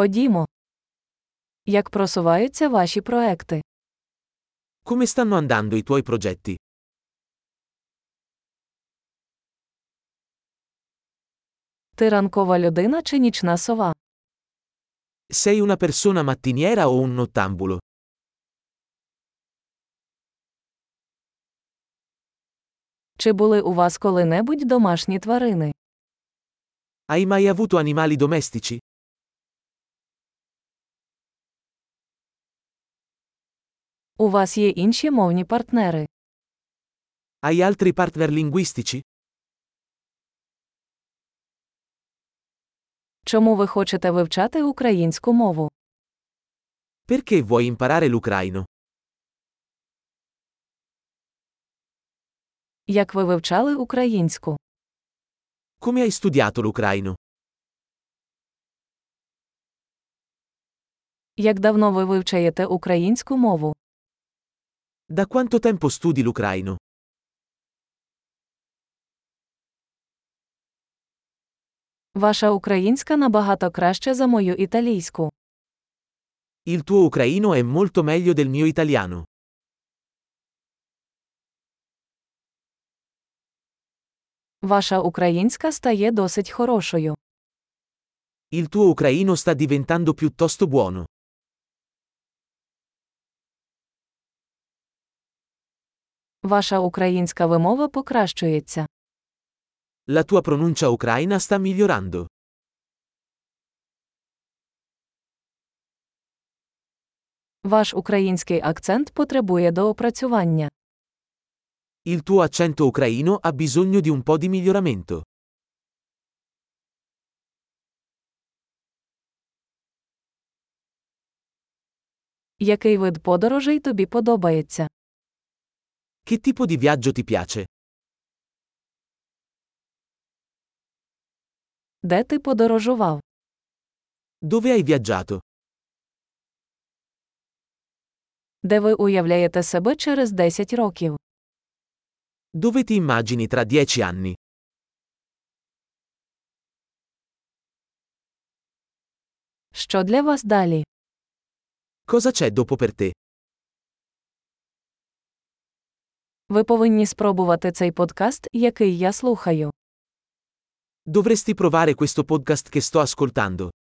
Ходімо. Як просуваються ваші проекти? Come stanno andando i tuoi progetti? Ти ранкова людина чи нічна сова? Sei una persona mattiniera o un nottambulo? Чи були у вас коли-небудь домашні тварини? Hai mai avuto animali domestici? У вас є інші мовні партнери? Hai altri partner linguistici? Чому ви хочете вивчати українську мову? Perché vuoi imparare l'ucraino? Як ви вивчали українську? Come hai studiato l'ucraino? Як давно ви вивчаєте українську мову? Da quanto tempo studi l'ucraino? Ваша українська набагато краще за мою італійську. Il tuo ucraino è molto meglio del mio italiano. Ваша українська стає досить хорошою. Il tuo ucraino sta diventando piuttosto buono. Ваша українська вимова покращується. La tua pronuncia ucraina sta migliorando. Ваш український акцент потребує доопрацювання. Il tuo accento ucraino ha bisogno di un po' di miglioramento. Який вид подорожей тобі подобається? Che tipo di viaggio ti piace? Де ти подорожував? Dove hai viaggiato? Де ви уявляєте себе через 10 років? Dove ti immagini tra dieci anni? Що для вас далі? Cosa c'è dopo per te? Ви повинні спробувати цей подкаст, який я слухаю. Dovresti provare questo podcast che sto ascoltando.